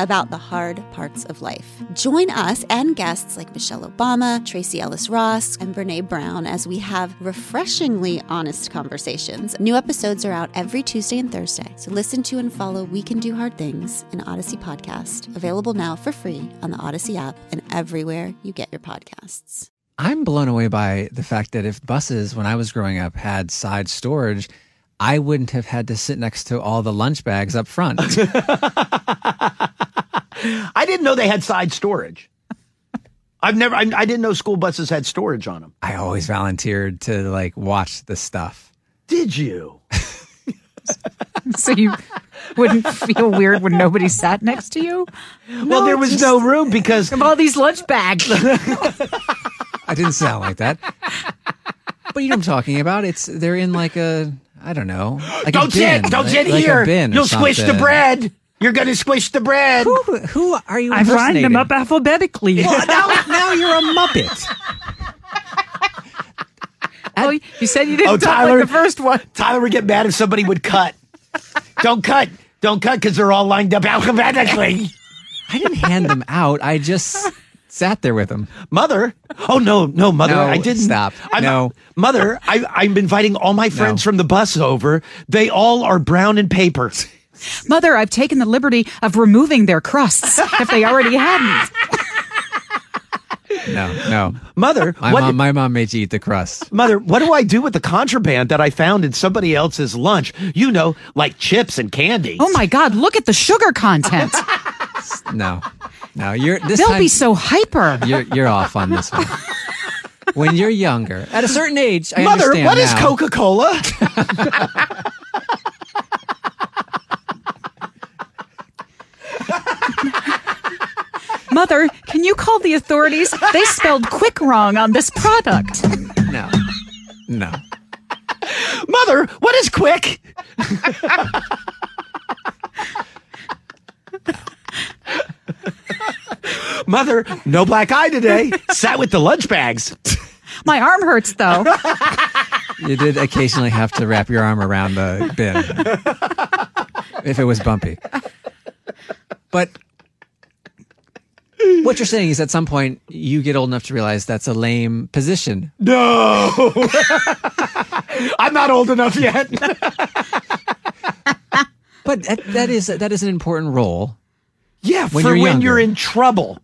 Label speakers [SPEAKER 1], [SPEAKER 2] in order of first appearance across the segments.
[SPEAKER 1] about the hard parts of life. Join us and guests like Michelle Obama, Tracy Ellis Ross, and Brene Brown as we have refreshingly honest conversations. New episodes are out every Tuesday and Thursday. So listen to and follow We Can Do Hard Things, an Odyssey podcast, available now for free on the Odyssey app and everywhere you get your podcasts.
[SPEAKER 2] I'm blown away by the fact that if buses, when I was growing up, had side storage, I wouldn't have had to sit next to all the lunch bags up front.
[SPEAKER 3] I didn't know they had side storage. I've never, I, I didn't know school buses had storage on them.
[SPEAKER 2] I always volunteered to like watch the stuff.
[SPEAKER 3] Did you?
[SPEAKER 4] so you wouldn't feel weird when nobody sat next to you.
[SPEAKER 3] well, there was no room because
[SPEAKER 4] Of all these lunch bags.
[SPEAKER 2] I didn't sound like that. But you know what I'm talking about? It's they're in like a I don't know. Like a
[SPEAKER 3] don't
[SPEAKER 2] bin,
[SPEAKER 3] sit, don't
[SPEAKER 2] like-
[SPEAKER 3] sit
[SPEAKER 2] like a
[SPEAKER 3] here.
[SPEAKER 2] bin or
[SPEAKER 3] You'll squish the
[SPEAKER 2] something.
[SPEAKER 3] bread. You're gonna squish the bread.
[SPEAKER 2] Who, who are you?
[SPEAKER 4] I've lined them
[SPEAKER 2] impersonating?
[SPEAKER 4] up alphabetically.
[SPEAKER 2] Well, now, now you're a muppet.
[SPEAKER 4] Oh, you said you didn't
[SPEAKER 3] Oh,
[SPEAKER 4] talk
[SPEAKER 3] Tyler.
[SPEAKER 4] like the first one.
[SPEAKER 3] Tyler would get mad if somebody would cut. don't cut. Don't cut because they're all lined up alphabetically.
[SPEAKER 2] I didn't hand them out. I just sat there with them.
[SPEAKER 3] Mother. Oh no, no, mother.
[SPEAKER 2] No,
[SPEAKER 3] I didn't
[SPEAKER 2] stop.
[SPEAKER 3] I'm,
[SPEAKER 2] No.
[SPEAKER 3] mother. I, I'm inviting all my friends
[SPEAKER 2] No.
[SPEAKER 3] from the bus over. They all are brown and paper.
[SPEAKER 4] Mother, I've taken the liberty of removing their crusts if they already hadn't.
[SPEAKER 2] No, no.
[SPEAKER 3] Mother,
[SPEAKER 2] My
[SPEAKER 3] what?
[SPEAKER 2] mom, my mom made you eat the crust.
[SPEAKER 3] Mother, what do I do with the contraband that I found in somebody else's lunch? You know, like chips and candy.
[SPEAKER 4] Oh my God, look at the sugar content.
[SPEAKER 2] No, no. You're this
[SPEAKER 4] They'll
[SPEAKER 2] time,
[SPEAKER 4] be so hyper.
[SPEAKER 2] You're you're off on this one. When you're younger, at a certain age, I
[SPEAKER 3] Mother,
[SPEAKER 2] understand
[SPEAKER 3] what is
[SPEAKER 2] now.
[SPEAKER 3] Coca Cola?
[SPEAKER 4] Mother, can you call the authorities? They spelled quick wrong on this product.
[SPEAKER 2] No, no.
[SPEAKER 3] Mother, what is quick? Mother, no black eye today. Sat with the lunch bags.
[SPEAKER 4] My arm hurts though.
[SPEAKER 2] You did occasionally have to wrap your arm around the bin if it was bumpy. But what you're saying is at some point you get old enough to realize that's a lame position.
[SPEAKER 3] No. I'm not old enough yet.
[SPEAKER 2] But that, that is that is an important role.
[SPEAKER 3] Yeah,
[SPEAKER 2] When
[SPEAKER 3] for
[SPEAKER 2] you're
[SPEAKER 3] when
[SPEAKER 2] younger.
[SPEAKER 3] you're in trouble.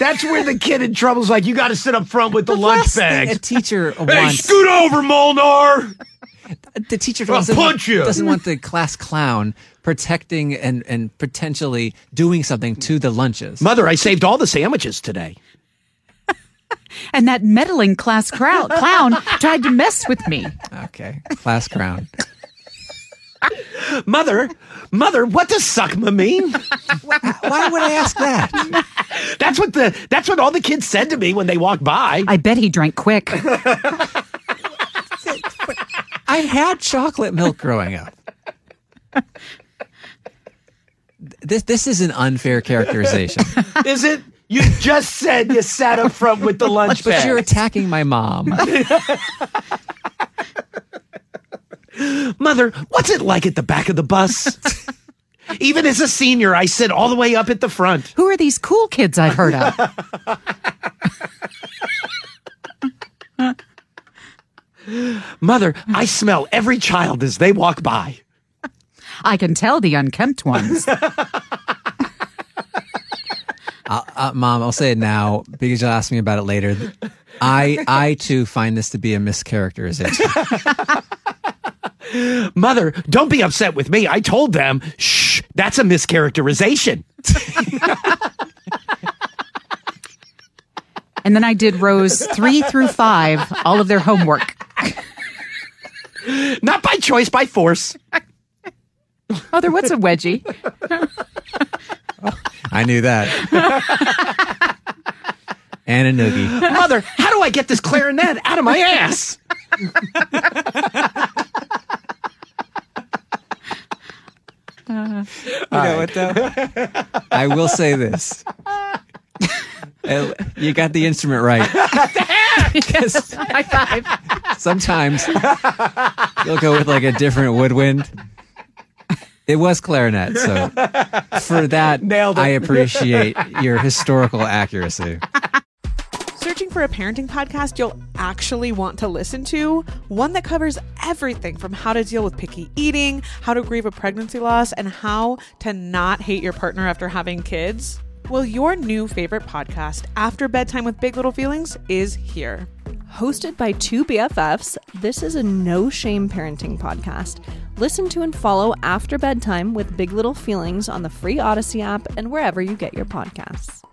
[SPEAKER 3] That's where the kid in trouble's like, you got to sit up front with the, lunch
[SPEAKER 2] Last thing
[SPEAKER 3] bags.
[SPEAKER 2] a teacher
[SPEAKER 3] Hey,
[SPEAKER 2] wants
[SPEAKER 3] scoot over, Molnar.
[SPEAKER 2] the teacher
[SPEAKER 3] I'll
[SPEAKER 2] doesn't,
[SPEAKER 3] punch you.
[SPEAKER 2] doesn't want the class clown protecting and, and potentially doing something to the lunches.
[SPEAKER 3] Mother, I saved all the sandwiches today.
[SPEAKER 4] And that meddling class crowd clown tried to mess with me.
[SPEAKER 2] Okay, class clown.
[SPEAKER 3] Mother, mother, what does suckma mean?
[SPEAKER 2] Why would I ask that?
[SPEAKER 3] That's what the that's what all the kids said to me when they walked by.
[SPEAKER 4] I bet he drank quick.
[SPEAKER 2] I had chocolate milk growing up. This this is an unfair characterization.
[SPEAKER 3] Is it? You just said you sat up front with the lunch
[SPEAKER 2] But you're
[SPEAKER 3] bag.
[SPEAKER 2] attacking my mom.
[SPEAKER 3] Mother, what's it like at the back of the bus? Even as a senior, I sit all the way up at the front.
[SPEAKER 4] Who are these cool kids I've heard of?
[SPEAKER 3] Mother, I smell every child as they walk by.
[SPEAKER 4] I can tell the unkempt ones.
[SPEAKER 2] Uh, mom, I'll say it now because you'll ask me about it later. I I too find this to be a mischaracterization.
[SPEAKER 3] Mother, don't be upset with me. I told them, shh, that's a mischaracterization.
[SPEAKER 4] And then I did rows three through five, all of their homework.
[SPEAKER 3] Not by choice, by force.
[SPEAKER 4] Oh, there was a wedgie.
[SPEAKER 2] I knew that. And a noogie.
[SPEAKER 3] Mother, how do I get this clarinet out of my ass?
[SPEAKER 2] You know what though? I will say this. Uh, You got the instrument right. Because
[SPEAKER 4] High five.
[SPEAKER 2] sometimes you'll go with like a different woodwind. It was clarinet, so for that,
[SPEAKER 5] Nailed it.
[SPEAKER 2] I appreciate your historical accuracy.
[SPEAKER 5] Searching for a parenting podcast you'll actually want to listen to, one that covers everything from how to deal with picky eating, how to grieve a pregnancy loss, and how to not hate your partner after having kids. Well, your new favorite podcast, After Bedtime with Big Little Feelings, is here.
[SPEAKER 6] Hosted by two BFFs, this is a no shame parenting podcast. Listen to and follow After Bedtime with Big Little Feelings on the free Odyssey app and wherever you get your podcasts.